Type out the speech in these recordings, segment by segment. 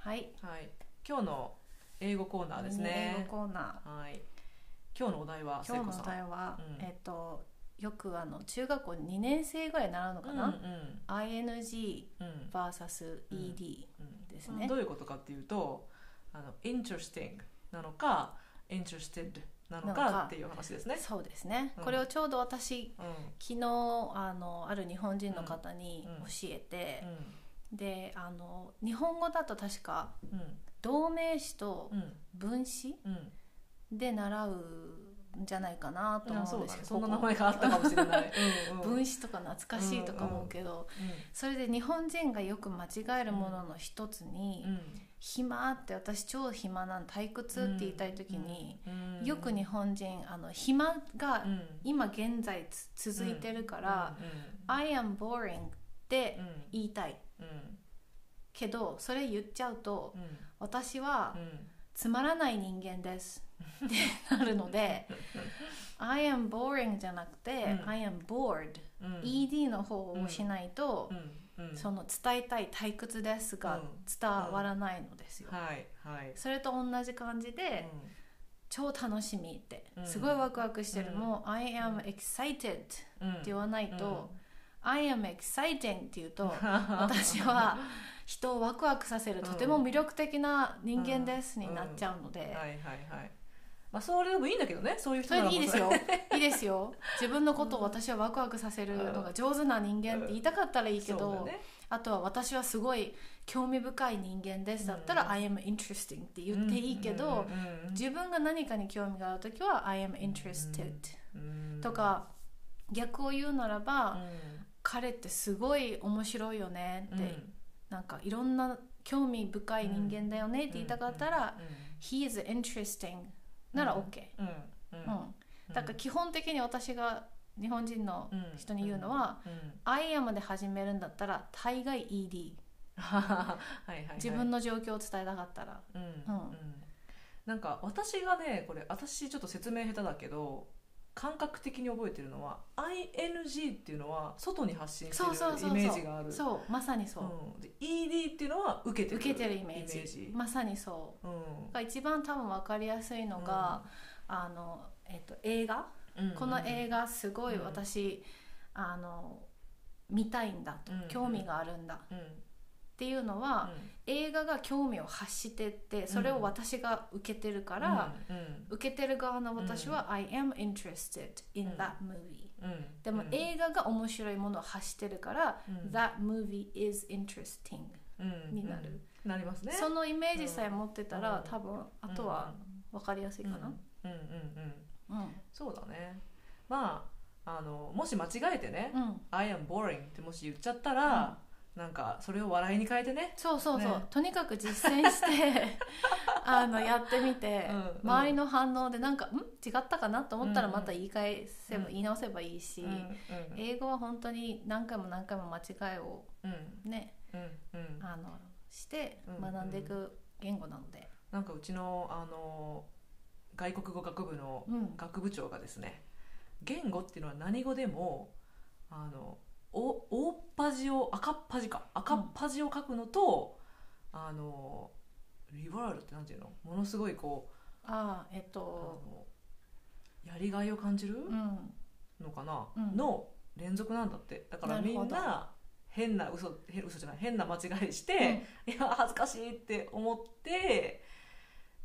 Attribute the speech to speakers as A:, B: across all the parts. A: はい
B: はい、今日の英語コーナーです
A: 英
B: ね。
A: 語コーナ
B: はい。今日のお題は
A: ー今日のお
B: 聖子さん
A: 題は、
B: うん
A: えっとよくあの中学校2年生ぐらいに習うのかな、ING
B: うんうんうん
A: vs
B: うん
A: ED
B: うん
A: です
B: まあ
A: ね、
B: どういうことかっていうと、あの interesting なのか interested な
A: な
B: の
A: の
B: か
A: か
B: っていう話ですね。
A: そうですね、
B: うん
A: これをちょうど私
B: うん
A: 昨日あのある日本人の方に
B: うん
A: 教
B: うん
A: えて
B: う、
A: であの日本語だと確か
B: んうん
A: 動名詞と
B: うん
A: 分詞
B: うん。
A: で習うんじゃないかなと
B: あ
A: 思
B: そううん
A: で
B: だ
A: す
B: ね。
A: けど
B: そんな名前があったかもしれない。うんうん
A: 分子とか懐かしいとか思うけど、それで日本人がよく間違えるものの一つに「
B: うんうん
A: 暇」って私超暇なん退屈って言いたい時に、
B: うん
A: よく日本人あの暇が
B: うん
A: 今現在つ続いてるから「I am boring」って
B: うん
A: 言いたい
B: うんうん
A: けどそれ言っちゃうと
B: うん
A: 「私は
B: うん
A: つまらない人間です」ってなるので「I am boring」じゃなくて「
B: うん
A: I am bored」
B: うんうん
A: ED の方をしないと
B: う、んうん
A: その伝えたい退屈ですが
B: うん
A: 伝わらないのですよ、
B: はいはい。
A: それと同じ感じで、超楽しみって、
B: うん
A: すごいワクワクしてる、
B: うん
A: もう I
B: うん
A: am excited って
B: うんうん
A: 言わないと、I am exciting って言うと
B: 私
A: 私は人をワクワクさせる
B: うん
A: とても魅力的な人間です
B: うん
A: になっちゃうので、
B: はいはいはいまあそれでもいいんだけどねそういう
A: そ
B: 人
A: れ
B: なら
A: でいいですよ
B: もう
A: いいですよ自分のことを私はワクワクさせるのが上手な人間って言いたかったらいいけ
B: そう
A: ど、
B: だね
A: あとは私はすごい興味深い人間ですだったら、
B: うん
A: I am interesting って言っていいけど、
B: うん
A: 自分が何かに興味がある時は I am interested
B: うん
A: とか、逆を言うならば、
B: うん
A: 彼ってすごい面白いよねって、なんかいろんな興味深い人間だよねって言いたかったら、He is interesting なら OK、
B: うんうん
A: うんだから基本的に私が日本人の人に言うのは、
B: うんうん
A: I am で始めるんだったら大概 ED
B: はいはいはい
A: 自分の状況を伝えたかったら、
B: うん
A: うん
B: うんなんか私がねこれ私ちょっと説明下手だけど感覚的に覚えてるのは ING っていうのは外に発信してる
A: そうそうそうそう
B: イメージがある
A: そうまさにそう、
B: うんで ED っていうのは受けてる
A: 受けてるイメージ
B: イメージ
A: まさにそう
B: うん
A: が一番多分分かりやすいのが、あのえっと、映画、この映画すごい
B: うん
A: 私、あの見たいんだと、
B: うん
A: 興味があるんだっ
B: 画、うん
A: ていうのは、映画が興味を発してってそれを私が受けてるから、、
B: うんうん
A: 受けてる側の私は、I am interested
B: う
A: in
B: ん
A: that movie、
B: うん
A: でも、
B: うん
A: 映画が面白いものを発してるから、
B: うん
A: that movie is interesting
B: うん
A: になる
B: うんなりますね
A: そのイメージさえ持ってたら、
B: うん
A: 多分あとは分かりやすいかな、
B: うんうんうん
A: うん
B: そうだねまああのもし間違えてね
A: うん
B: 「I am boring」ってもし言っちゃったら、なんかそれを笑いに変えてね
A: そうそうそう、
B: ね
A: とにかく実践して あのやってみて、
B: うんうん
A: 周りの反応でなんか「ん違ったかな?」と思ったら
B: うんうん
A: また言い返せば、
B: うん
A: 言い直せばいいし、
B: うんうん
A: 英語は本当に何回も何回も間違いを
B: うん
A: ね
B: うんうん
A: あのして
B: うんうん
A: 学んでいく言語なので、
B: なんかうちのあの外国語学部の
A: うん
B: 学部長がですね言語っていうのは何語でもあのお大っ端を赤っ端か赤っ端を書くのと、あのリワールってなんていうのものすごいこう
A: ああえっ
B: あ
A: と
B: のやりがいを感じる
A: うん
B: のかな、
A: うん
B: の連続なんだってだから
A: なる
B: み
A: ほど
B: んな変な嘘へ嘘じゃない変な間違いして、いや恥ずかしいって思って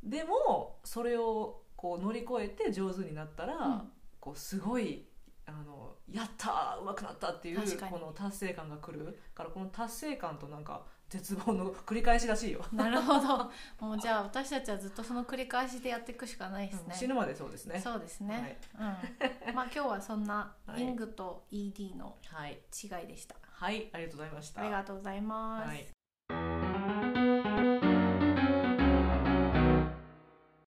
B: でもそれをこう乗り越えて上手になったら、
A: うん
B: こうすごいあのやったーうまくなったっていう
A: 確かに
B: この達成感がくるだからこの達成感となんか絶望の 繰り返しらしいよ、
A: なるほどもうじゃあ私たちはずっとその繰り返しでやっていくしかないですね、
B: 死ぬまでそうですね
A: そうですね、うん、まあ今日はそんなイングと ED の
B: はい
A: 違いでした。
B: はいありがとうございました
A: ありがとうございます。
B: はい